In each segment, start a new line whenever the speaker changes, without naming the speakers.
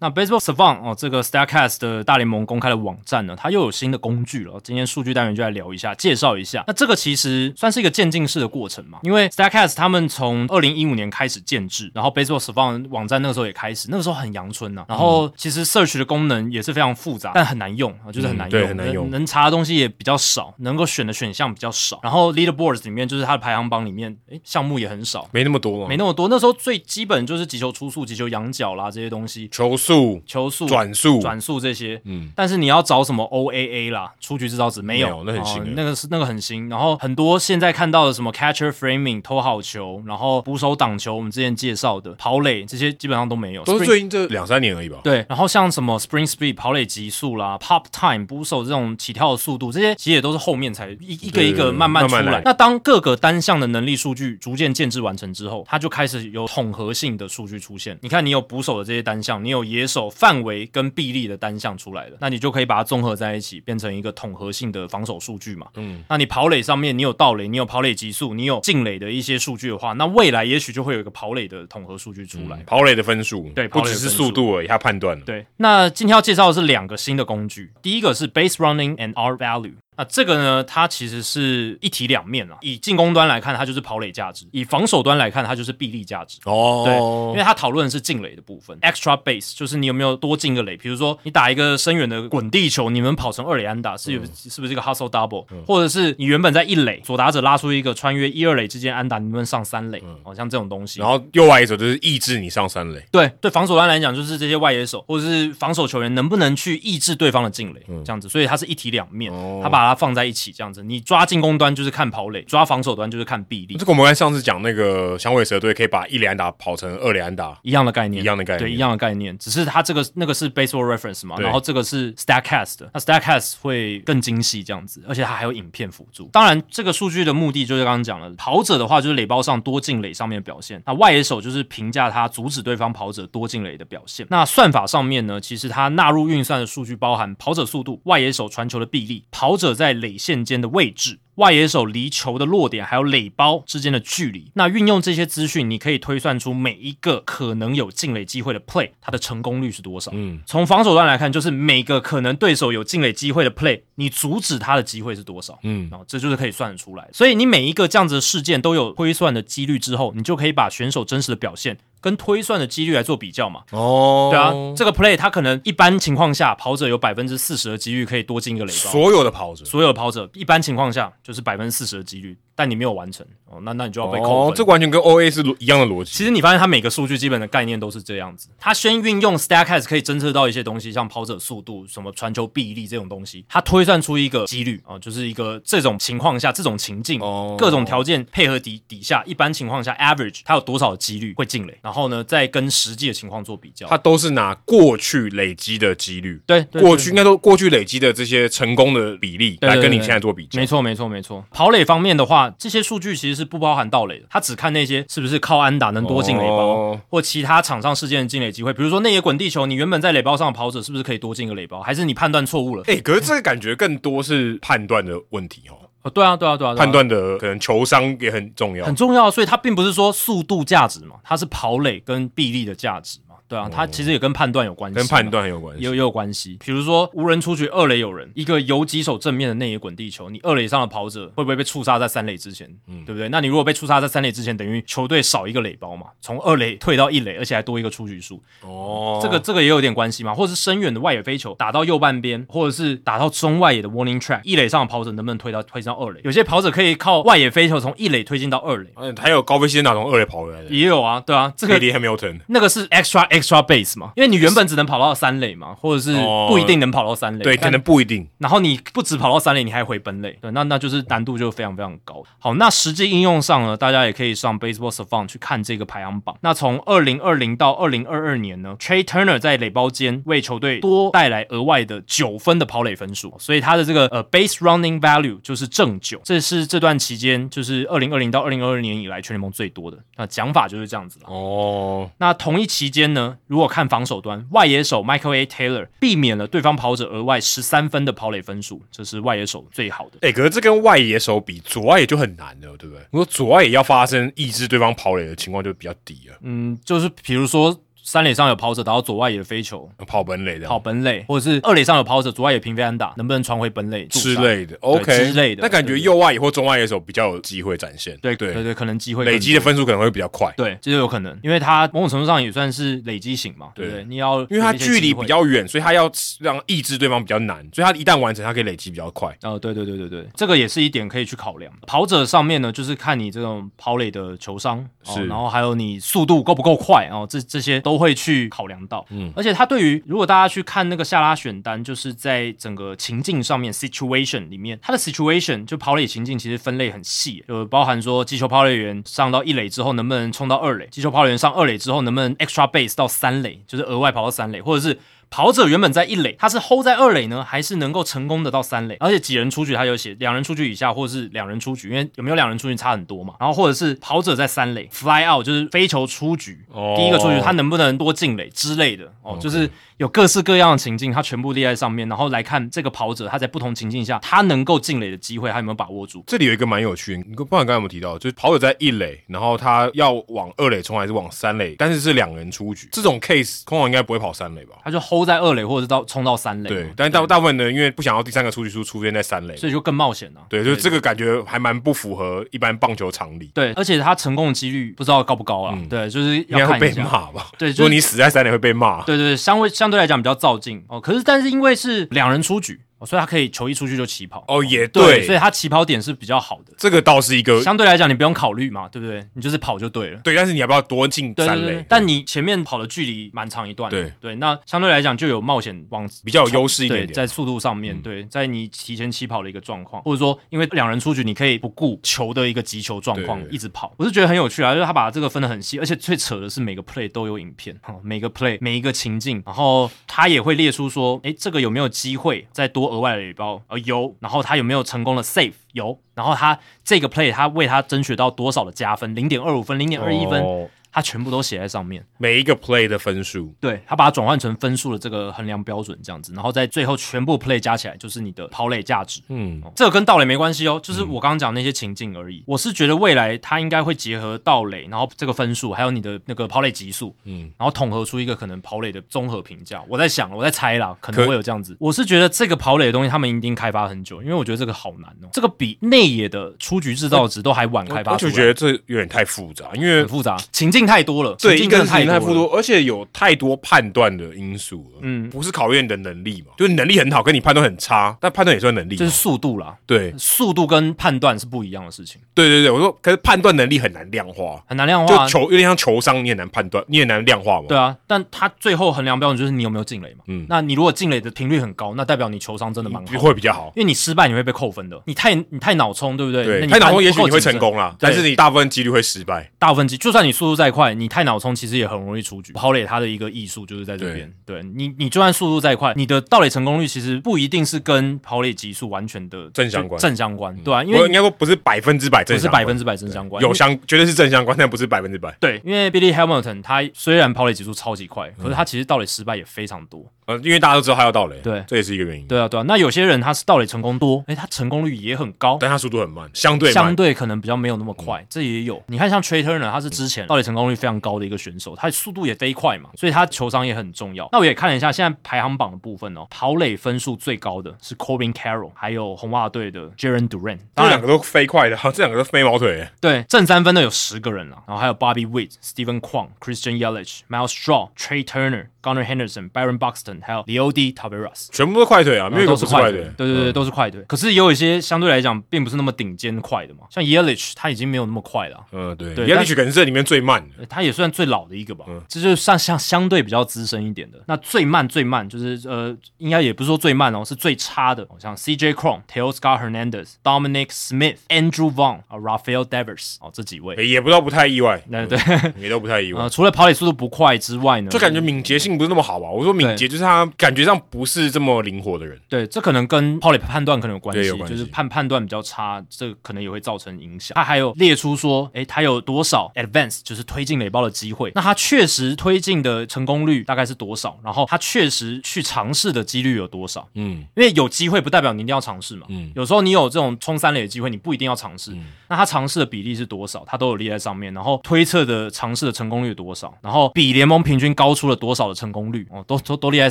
那 Baseball Savant 哦，这个 Statcast 的大联盟公开的网站呢，它又有新的工具了。今天数据单元就来聊一下，介绍一下。那这个其实算是一个渐进式的过程嘛，因为 Statcast 他们从二零一五年开始建制，然后 Baseball Savant 网站那个时候也开始，那个时候很阳春呐、然
嗯
后其实 Search 的功能也是非常复杂，但很难用啊，就是很难
嗯
用，
对很难
能
用
能查的东西也比较少，能够选的选项比较少。然后 Leaderboards 里面就是它的排行榜里面，诶，项目也很少。
没那么多嘛，啊
没那么多，那时候最基本就是击球出速、击球仰角啦这些东西，
球速、
球速、
转速，
转速这些，
嗯，
但是你要找什么 OAA 啦，出局制造值没有，
没有那很新
哦
的
那个是那个很新。然后很多现在看到的什么 catcher framing 偷好球，然后捕手挡球，我们之前介绍的跑垒这些基本上都没有，
都是
Spring-
最近这两三年而已吧。
对，然后像什么 spring speed 跑垒极速啦、pop time 捕手这种起跳的速度，这些其实也都是后面才一一个一个
对
慢慢出来。
慢慢来
那当各个单项的能力数据逐渐建制完成之后，它就开始有统合性的数据出现。你看，你有捕手的这些单项，你有野手范围跟臂力的单项出来
嗯
了，那你就可以把它综合在一起，变成一个统合性的防守数据嘛。
嗯，
那你跑垒上面你有盗垒，你有跑垒极速，你有进垒的一些数据的话，那未来也许就会有一个跑垒的统合数据出来。
跑垒的分数，
对跑
不
垒的
只是
分数
速度而已，他判断了。
对，那今天要介绍的是两个新的工具，第一个是 Base Running and R Value。那这个呢，它其实是一体两面啊。以进攻端来看，它就是跑垒价值；以防守端来看，它就是臂力价值。对，因
哦
为，它讨论的是进垒的部分，extra base 就是你有没有多进一个垒，比如说你打一个深远的滚地球，你能跑成二垒安打，是有、是不是一个 hustle double，、或者是你原本在一垒，左打者拉出一个穿越一二垒之间安打，你能不能上三垒？好、像这种东西。
然后右外一手就是抑制你上三垒，
对对，防守端来讲，就是这些外野手或者是防守球员能不能去抑制对方的进垒，这样子，所以它是一体两面，
嗯哦
它把它放在一起，这样子，你抓进攻端就是看跑垒，抓防守端就是看臂力
这。个我们刚才上次讲那个响尾蛇队可以把一连打跑成二连打，
一样的概念，
一样的概念
对，一样的概念，只是它这个那个是 Baseball Reference 嘛，
对
然后这个是 Statcast，的那 Statcast 会更精细这样子，而且它还有影片辅助。当然，这个数据的目的就是刚刚讲了，跑者的话就是垒包上多进垒上面的表现，那外野手就是评价他阻止对方跑者多进垒的表现。那算法上面呢，其实它纳入运算的数据包含跑者速度、外野手传球的臂力、跑者在垒线间的位置。外野手离球的落点还有垒包之间的距离。那运用这些资讯，你可以推算出每一个可能有进垒机会的 play，它的成功率是多少。
嗯，
从防守端来看，就是每个可能对手有进垒机会的 play，你阻止他的机会是多少。
嗯，
然后这就是可以算得出来。所以你每一个这样子的事件都有推算的几率之后，你就可以把选手真实的表现跟推算的几率来做比较嘛。
哦，
对啊，这个 play 它可能一般情况下跑者有百分之四十的几率可以多进一个垒包。
所有的跑者，
所有的跑者一般情况下就是百分之四十的几率，但你没有完成哦，那那你就要被扣分。
哦，这完全跟 O A 是一样的逻辑，
其实你发现它每个数据基本的概念都是这样子，它先运用 Statcast 可以侦测到一些东西，像跑者速度、什么传球臂力这种东西，它推算出一个几率啊、哦就是一个这种情况下、这种情境、
哦
各种条件配合底底下，一般情况下 average 它有多少的几率会进垒，然后呢再跟实际的情况做比较。
他都是拿过去累积的几率，
对对
过
对
去应该都过去累积的这些成功的比例
对对
来
对
跟你现在做比较
没。错，没错，没错。跑垒方面的话，这些数据其实是不包含盗垒的，它只看那些是不是靠安打能多进垒包，
哦
或其他场上事件的进垒机会。比如说内野滚地球，你原本在垒包上的跑者是不是可以多进一个垒包，还是你判断错误了？
哎、可是这个感觉更多是判断的问题哦，
哦，对啊，对啊，对啊，对啊
判断的可能球商也很重要
很。重要，所以它并不是说速度价值嘛，它是跑垒跟臂力的价值嘛，对啊，它其实也跟判断有关系嘛，啊
跟判断很有关系
也有也有关系。比如说无人出局，二垒有人，一个游击手正面的内野滚地球，你二垒上的跑者会不会被触杀在三垒之前？
嗯
对不对？那你如果被触杀在三垒之前，等于球队少一个垒包嘛，从二垒退到一垒，而且还多一个出局数，
哦，
这个这个也有点关系嘛，或者是深远的外野飞球打到右半边，或者是打到中外野的 warning track，一垒上的跑者能不能推到推进到二垒？有些跑者可以靠外野飞球从一垒推进到二垒，
嗯，还有高飞先打从二垒跑回来的
也有啊，对啊，这个
KD Hamilton，
那个是 extra extra base 嘛，因为你原本只能跑到三垒嘛，或者是
哦
不一定能跑到三垒，
对，可
但
能不一定。
嗯然后你不止跑到三垒，你还回本垒，对，那那就是难度就非常非常高。好，那实际应用上呢，大家也可以上 Baseball Savant 去看这个排行榜。那从二零二零到二零二二年呢，Trey Turner 在垒包间为球队多带来额外的九分的跑垒分数，所以他的这个呃 base running value 就是正九，这是这段期间就是二零二零到二零二二年以来全联盟最多的。那讲法就是这样子啦。
哦，
那同一期间呢，如果看防守端，外野手 Michael A. Taylor 避免了对方跑者额外十三分的跑垒分数，这是外野手最好的。
哎、可是这跟外野手比，左外野就很难了，对不对？如果左外野要发生抑制对方跑垒的情况，就比较低了。
嗯，就是比如说。三垒上有跑者打到左外野的飞球，
跑本垒的
跑本垒，或者是二垒上有跑者左外野平飞安打，能不能传回本垒助
之？
杀
类的，OK
之类的
那感觉
对
右外野或中外野手比较有机会展现，
对对
对，
对，可能机会更
累积的分数可能会比较快，
对，这就有可能，因为他某种程度上也算是累积型嘛，对不
对
对？你要
因为他
有一些
距离
机会
比较远，所以他要让抑制对方比较难，所以他一旦完成，他可以累积比较快。
哦，对对对对对，这个也是一点可以去考量的。跑者上面呢，就是看你这种跑垒的球商，哦
是
然后还有你速度够不够快哦，这这些都会去考量到。
嗯
嗯，而且他对于如果大家去看那个下拉选单，就是在整个情境上面 situation 里面，他的 situation 就跑垒情境其实分类很细，就包含说击球跑垒员上到一垒之后能不能冲到二垒，击球跑垒员上二垒之后能不能 extra base 到三垒，就是额外跑到三垒，或者是跑者原本在一垒，他是 hold 在二垒呢，还是能够成功的到三垒？而且几人出局，他有写两人出局以下，或者是两人出局，因为有没有两人出局差很多嘛。然后或者是跑者在三垒 fly out，就是飞球出局，
哦
第一个出局他能不能多进垒之类的哦，就是有各式各样的情境，他全部列在上面，然后来看这个跑者他在不同情境下他能够进垒的机会，他有没有把握住？
这里有一个蛮有趣的，你不知道你刚才有没有提到，就是跑者在一垒，然后他要往二垒冲还是往三垒，但是是两人出局，这种 case 通常应该不会跑三垒吧？
他就 hold 在二垒，或者是到冲到三垒，
对，但是大大部分人因为不想要第三个出局数出现在三垒，
所以就更冒险了、
对，就是这个感觉还蛮不符合一般棒球常理，
对，而且他成功的几率不知道高不高啊？对，就是
嗯应该
要
会
看
被
一下。
骂吧？
对就是
如果你死在三垒会被骂。
对对对，相位相对来讲比较照进哦。可是但是因为是两人出局，哦所以他可以球一出去就起跑。
哦，也
对，
对，
所以他起跑点是比较好的。
这个倒是一个
相对来讲，你不用考虑嘛，对不对？你就是跑就对了。
对，但是你要不要多进
对
三
对对
垒
对，？但你前面跑的距离蛮长一段的，
对
对，那相对来讲就有冒险往
比较有优势一
对
点嗯点。
在速度上面，对在你提前起跑的一个状况，或者说因为两人出局，你可以不顾球的一个急球状况
对对对
一直跑，我是觉得很有趣啊，就是他把这个分得很细，而且最扯的是每个 play 都有影片，哦、每个 play 每一个情境，然后他也会列出说，诶，这个有没有机会再多额外的垒包？呃，有，然后他有没有成功的 save？有，然后他这个 play 他为他争取到多少的加分？零点二五分，零点二一分，
哦
他全部都写在上面。
每一个 play 的分数，
对他把它转换成分数的这个衡量标准，这样子，然后在最后全部 play 加起来就是你的跑垒价值。哦
嗯，
这个跟盗垒没关系哦，就是我刚刚讲那些情境而已。我是觉得未来它应该会结合盗垒，然后这个分数，还有你的那个跑垒级数，嗯，
嗯
然后统合出一个可能跑垒的综合评价。我在想，我在猜啦，可
可
能会有这样子。我是觉得这个跑垒的东西，他们一定开发很久，因为我觉得这个好难哦，这个比内野的出局制造值都还晚开发
我
出
就
来，
觉得这有点太复杂，因为
很复杂，情境太多了，
对一
情境
个
真
人
的太
太
多
复
了。
多，而且有太多判断的因素了。嗯，
嗯
不是考验你的能力嘛，就是你能力很好，跟你判断很差，但判断也算能力嘛。
就是速度啦，
对
速度跟判断是不一样的事情，
对对对，我说，可是判断能力很难量化，
很难量化
就
啊。
球有点像球商，你很难判断，你很难量化嘛。
对啊，但他最后衡量标准就是你有没有进垒嘛。
嗯
嗯，那你如果进垒的频率很高，那代表你球商真的蛮好
就，会比较好。
因为你失败你会被扣分的。你太你太脑冲，对不对？那
对，
你
太脑
判
中也许
不够
你会
谨慎，
成功啦，
对
但是你大部分几率会失败。
大部分机就算你速度再快，你太脑冲其实也很容易出局。跑垒它的一个艺术就是在这边，对你你就算速度再快，你的盗垒成功率其实不一定是跟跑垒级数完全的
正相关
正相关，对啊，因
我应
为
该说不是百分之百
不
正
是
相
百
关，
分之百正相关，因
有
为
相绝对是正相关，但不是百分之百。
对，因为 Billy Hamilton 他虽然跑垒指数超级快，可是他其实盗垒失败也非常多。
呃，因为大家都知道他要盗垒，
对
这也是一个原因。
对啊，对啊。那有些人他是盗垒成功多，诶，他成功率也很高，
但他速度很慢，相对
相
慢。
对可能比较没有那么快，这也有。你看像 Trey Turner，他是之前盗垒成功率非常高的一个选手，他速度也飞快嘛，所以他球商也很重要。那我也看了一下现在排行榜的部分哦，跑垒分数最高的是 Corbin Carroll，还有红袜队的 Jaren Duran。
这
当然
两，个都飞快的， 这两个都飞毛腿。
对，正三分的有十个人了，啊然后还有 Bobby Witt、Stephen Kwong、Christian Yelich、Miles Straw、Trey Turner、Gunnar Henderson、Byron Buxton，还有 Leody Taveras。
全部都是快腿啊，没有一个
都
不
是
是快嗯
快
腿
腿，。对对对，都是快腿。可是也有一些相对来讲并不是那么顶尖快的嘛，像 Yelich 他已经没有那么快了啊、
嗯，对，
对
耶利
但
曲可能是这里面最慢的。
呃他也算最老的一个吧，
嗯
这就是算相相对比较资深一点的。那最慢最慢就是呃，应该也不是说最慢哦，是最差的，像 C.J. Cron、Teoscar Hernandez、Dominic Smith、Andrew Vaughn 啊、Rafael Devers 哦这几位。
诶也不到不太意外，
那对，
也都不太意外
呃，，除了跑垒速度不快之外呢，
就感觉敏捷性不是那么好吧？我说敏捷就是他感觉上不是这么灵活的人。
对，这可能跟 Polyp 判断可能有关
对
系，
有关
就是
系
判判断比较差，这可能也会造成影响。他还有列出说，诶，他有多少 advance 就是推进垒包的机会？那他确实推进的成功率大概是多少？然后他确实去尝试的几率有多少？
嗯
因为有机会不代表你一定要尝试嘛。
嗯
有时候你有这种冲三垒的机会，你不一定要尝试。
嗯
那他尝试的比例是多少？他都有列在上面。然后推测的尝试的成功率有多少？然后比联盟平均高出了多少的成功率？哦，都都都列在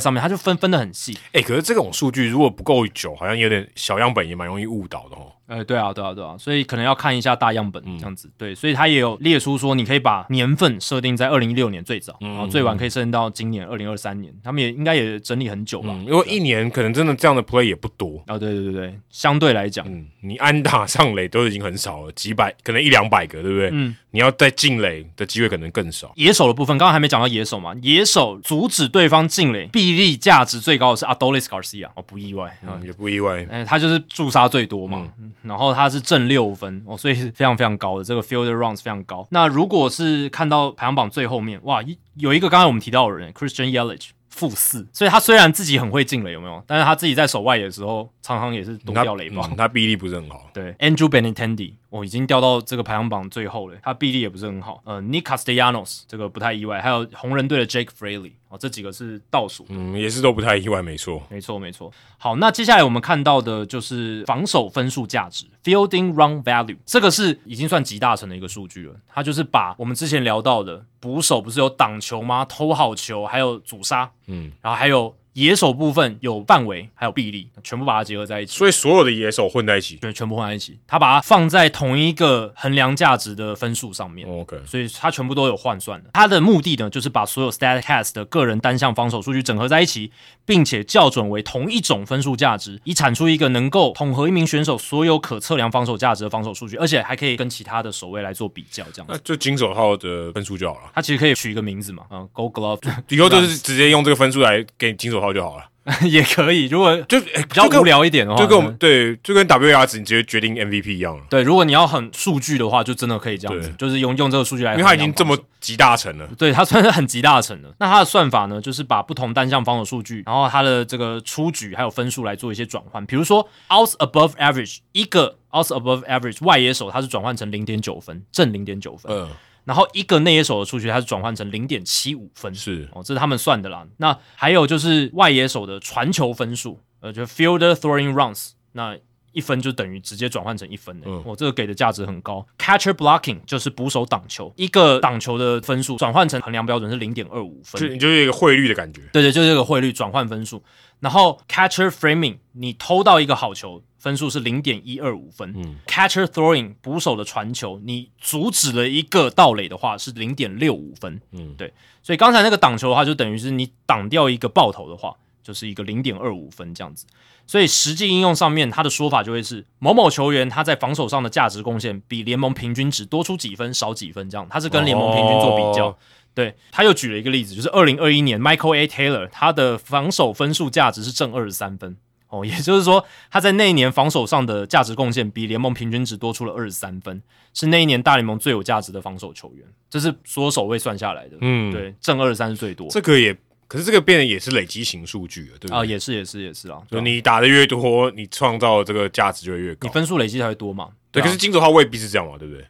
上面，他就分分的很细。
哎、可是这种数据如果不够久，好像有点小样本也蛮容易误导的哦。
呃，对啊，对啊，对啊，所以可能要看一下大样本这样子。嗯对，所以他也有列出说，你可以把年份设定在二零一六年最早，然后最晚可以设定到今年二零二三年。他们也应该也整理很久吧？
嗯，因为一年可能真的这样的 play 也不多。
啊、对对对对，相对来讲，
嗯，你安打上垒都已经很少了，几百可能一两百个，对不对？嗯，你要再进垒的机会可能更少。
野手的部分，刚刚还没讲到野手嘛？野手阻止对方进垒比例价值最高的是 Adolis Garcia，哦，不意外啊。
嗯，也不意外。
哎，他就是驻杀最多嘛，然后他是正六分哦，所以是非常非常高的，这个 field runs 非常高。那如果是看到排行榜最后面，哇，一有一个刚才我们提到的人 Christian Yelich 负四，所以他虽然自己很会进垒，有没有？但是他自己在守外野的时候，常常也是多
他
掉垒包。
嗯他臂力不是很好。
对，Andrew Benintendi，我、哦、已经掉到这个排行榜最后了，他臂力也不是很好。呃，Nick Castellanos 这个不太意外，还有红人队的 Jake Fraley，哦，这几个是倒数。
嗯，也是都不太意外，没错。
没错，没错。好，那接下来我们看到的就是防守分数价值 （fielding run value），这个是已经算集大成的一个数据了。它就是把我们之前聊到的捕手不是有挡球吗？偷好球，还有阻杀，
嗯，
然后还有野手部分有范围，还有臂力，全部把它结合在一起。
所以所有的野手混在一起。
对，全部放在一起，他把它放在同一个衡量价值的分数上面。
OK，
所以它全部都有换算的。它的目的呢，就是把所有 Statcast 的个人单项防守数据整合在一起，并且校准为同一种分数价值，以产出一个能够统合一名选手所有可测量防守价值的防守数据，而且还可以跟其他的守卫来做比较，这样
那
子。
就金手套的分数就好了，
它其实可以取一个名字嘛，嗯，Gold Glove
以后就是直接用这个分数来给金手套就好了。
也可以。如果比
就、哎，比
较无，聊一哦点的话，
就跟我们对，就跟 WR 值你直接决定 MVP 一样了，
对，如果你要很数据的话，就真的可以这样子
对，
就是用用这个数据来
因
衡
为
量防守，
他已经这么集大成了。
对，它算是很集大成的。那它的算法呢，就是把不同单项防守数据，然后它的这个出局还有分数来做一些转换。比如说 outs above average，一个 outs above average 外野手它是转换成零点九分，正零点九分，
嗯，
然后一个内野手的出局它是转换成零点七五分，
是
哦，这是他们算的啦。那还有就是外野手的传球分数，呃，就 fielder throwing runs，那一分就等于直接转换成一分的、
嗯
哦，这个给的价值很高。catcher blocking 就是捕手挡球，一个挡球的分数转换成衡量标准是零点二五分，
就你就是一个汇率的感觉。
对对，就是这个汇率转换分数。然后 catcher framing，你偷到一个好球，分数是零点一二五分。catcher
嗯
throwing，捕手的传球，你阻止了一个盗垒的话是零点六五分。
嗯
对。所以刚才那个挡球的话，就等于是你挡掉一个爆头的话，就是一个零点二五分这样子。所以实际应用上面，他的说法就会是某某球员他在防守上的价值贡献比联盟平均值多出几分、少几分这样，他是跟联盟平均做比较。
哦
对，他又举了一个例子，就是二零二一年 Michael A. Taylor 他的防守分数价值是正二十三分哦，也就是说他在那一年防守上的价值贡献比联盟平均值多出了二十三分，是那一年大联盟最有价值的防守球员，这是所有守卫算下来的。
嗯，，
对，正二十三是最多
这个也，可是这个变得也是累积型数据了，对不对？
啊，也是也是也是啊，对
就
啊
你打的越多，你创造的这个价值就会越
你
高。
分数累积才会多嘛。
对，
啊
可是金手套未必是这样嘛，对不对？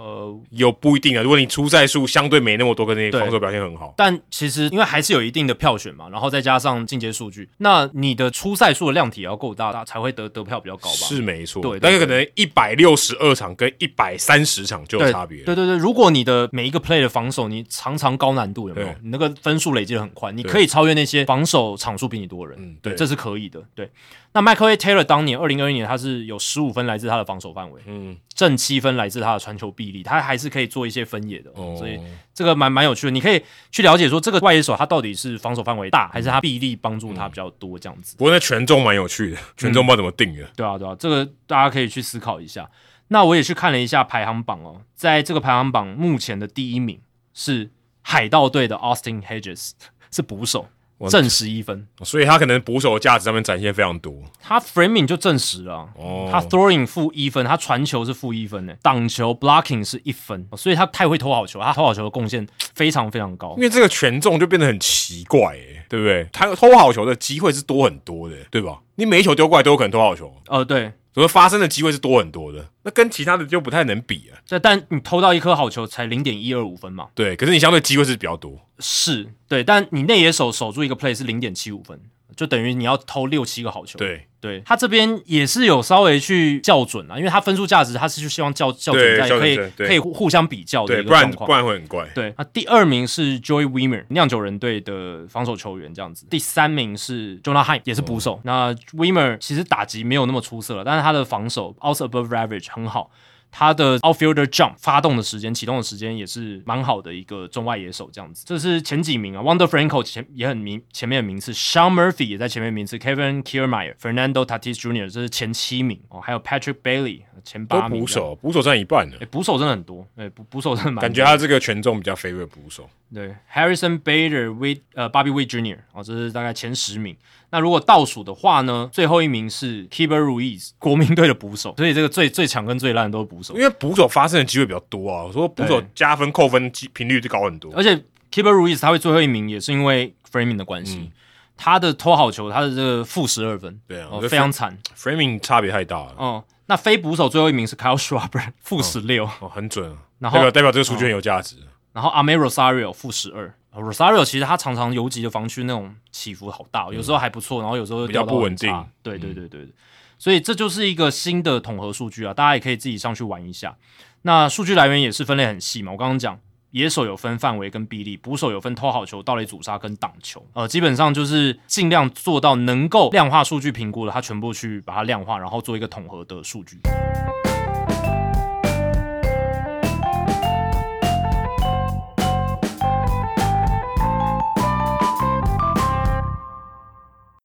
呃，
有不一定啊。如果你出赛数相对没那么多，可是你
对
防守表现很好，
但其实因为还是有一定的票选嘛，然后再加上进阶数据，那你的初赛数的量体也要够大，大才会得得票比较高吧？
是没错。
对对
但是可能一百六十二场跟一百三十场就有
对
差别。
对对对，如果你的每一个 play 的防守，你常常高难度，有没有
对？
你那个分数累积的很快，你
对
可以超越那些防守场数比你多的人。
嗯，对，
这是可以的，对。那 Michael A. Taylor 当年二零二一年，他是有十五分来自他的防守范围，
嗯，
正七分来自他的传球臂力，他还是可以做一些分野的，
哦
所以这个蛮蛮有趣的。你可以去了解说，这个外野手他到底是防守范围大，还是他臂力帮助
嗯
他比较多这样子。
不过那权重蛮有趣的，权重不知道怎么定的。
对啊，对啊，这个大家可以去思考一下。那我也去看了一下排行榜哦，在这个排行榜目前的第一名是海盗队的 Austin Hedges，是捕手，
哇
正十一分，
所以他可能捕手的价值上面展现非常多。
他 framing 就正十了啊、
哦
他 throwing 负一分，他传球是负一分呢，挡球 blocking 是一分，所以他太会投好球，他投好球的贡献非常非常高
因。为这个权重就变得很奇怪、欸，对不对？他偷好球的机会是多很多的，对吧？你每一球丢过来都有可能偷好球，
呃，对，
所以发生的机会是多很多的。那跟其他的就不太能比啊。
这但你投到一颗好球才零点一二五分嘛，
对，可是你相对机会是比较多。
是对，但你内野手守住一个 play 是零点七五分，就等于你要投六七个好球。
对
对他这边也是有稍微去校准啊，因为他分数价值他是就希望校校准
对
在
校准
可以
在对
可以互互相比较的
对，
一个
不然
状
不
况。
然会很怪。
对，那第二名是 Joy Weimer，酿酒人队的防守球员这样子。第三名是 Jonah h i n 也是捕
哦
手。那 Weimer 其实打击没有那么出色了，但是他的防守 also above average 很好。他的 outfielder jump 发动的时间、启动的时间也是蛮好的一个中外野手，这样子。这是前几名啊，Wonder Franco 前也很名前面的名次，Sean Murphy 也在前面的名次，Kevin Kiermaier、Fernando Tatis Jr. 这是前七名哦，还有 Patrick Bailey 前
都
八名。
捕，手，捕手占一半了
哎、，捕手真的很多，哎、捕捕手真的蛮
感觉
多的
他这个权重比较 favor 捕手。
对，Harrison Bader、Wade 呃 Bobby Wade Jr. 哦，这是大概前十名。那如果倒数的话呢，最后一名是 Kiber Ruiz，国民队的捕手，所以这个最最强跟最烂的都是捕手
因，为捕手发生的机会比较多啊，我说捕手
对呃
加分扣分机频率就高很多。
而且 Kiber Ruiz 他会最后一名也是因为 framing 的关系。他的偷好球，他的这个负十二分，
嗯对啊
哦
我觉得
非常惨
Framing 差别太大了，
哦。那非捕手最后一名是 Kyle Schwarber，负十六，
哦，很准啊，
然
代
后
表代表这个数据很有价值。
然后 Ame Rosario 负十二。哦 Rosario 其实他常常游击的防区那种起伏好大哦，有时候还不错，然后有时候又
嗯比较
掉到
不
很
稳定嗯
差。对对对对对，所以这就是一个新的统合数据啊，大家也可以自己上去玩一下。那数据来源也是分类很细嘛，我刚刚讲。野手有分范围跟比例，捕手有分偷好球、盗垒阻杀跟挡球，呃，基本上就是尽量做到能够量化数据评估的，它全部去把它量化，然后做一个统合的数据。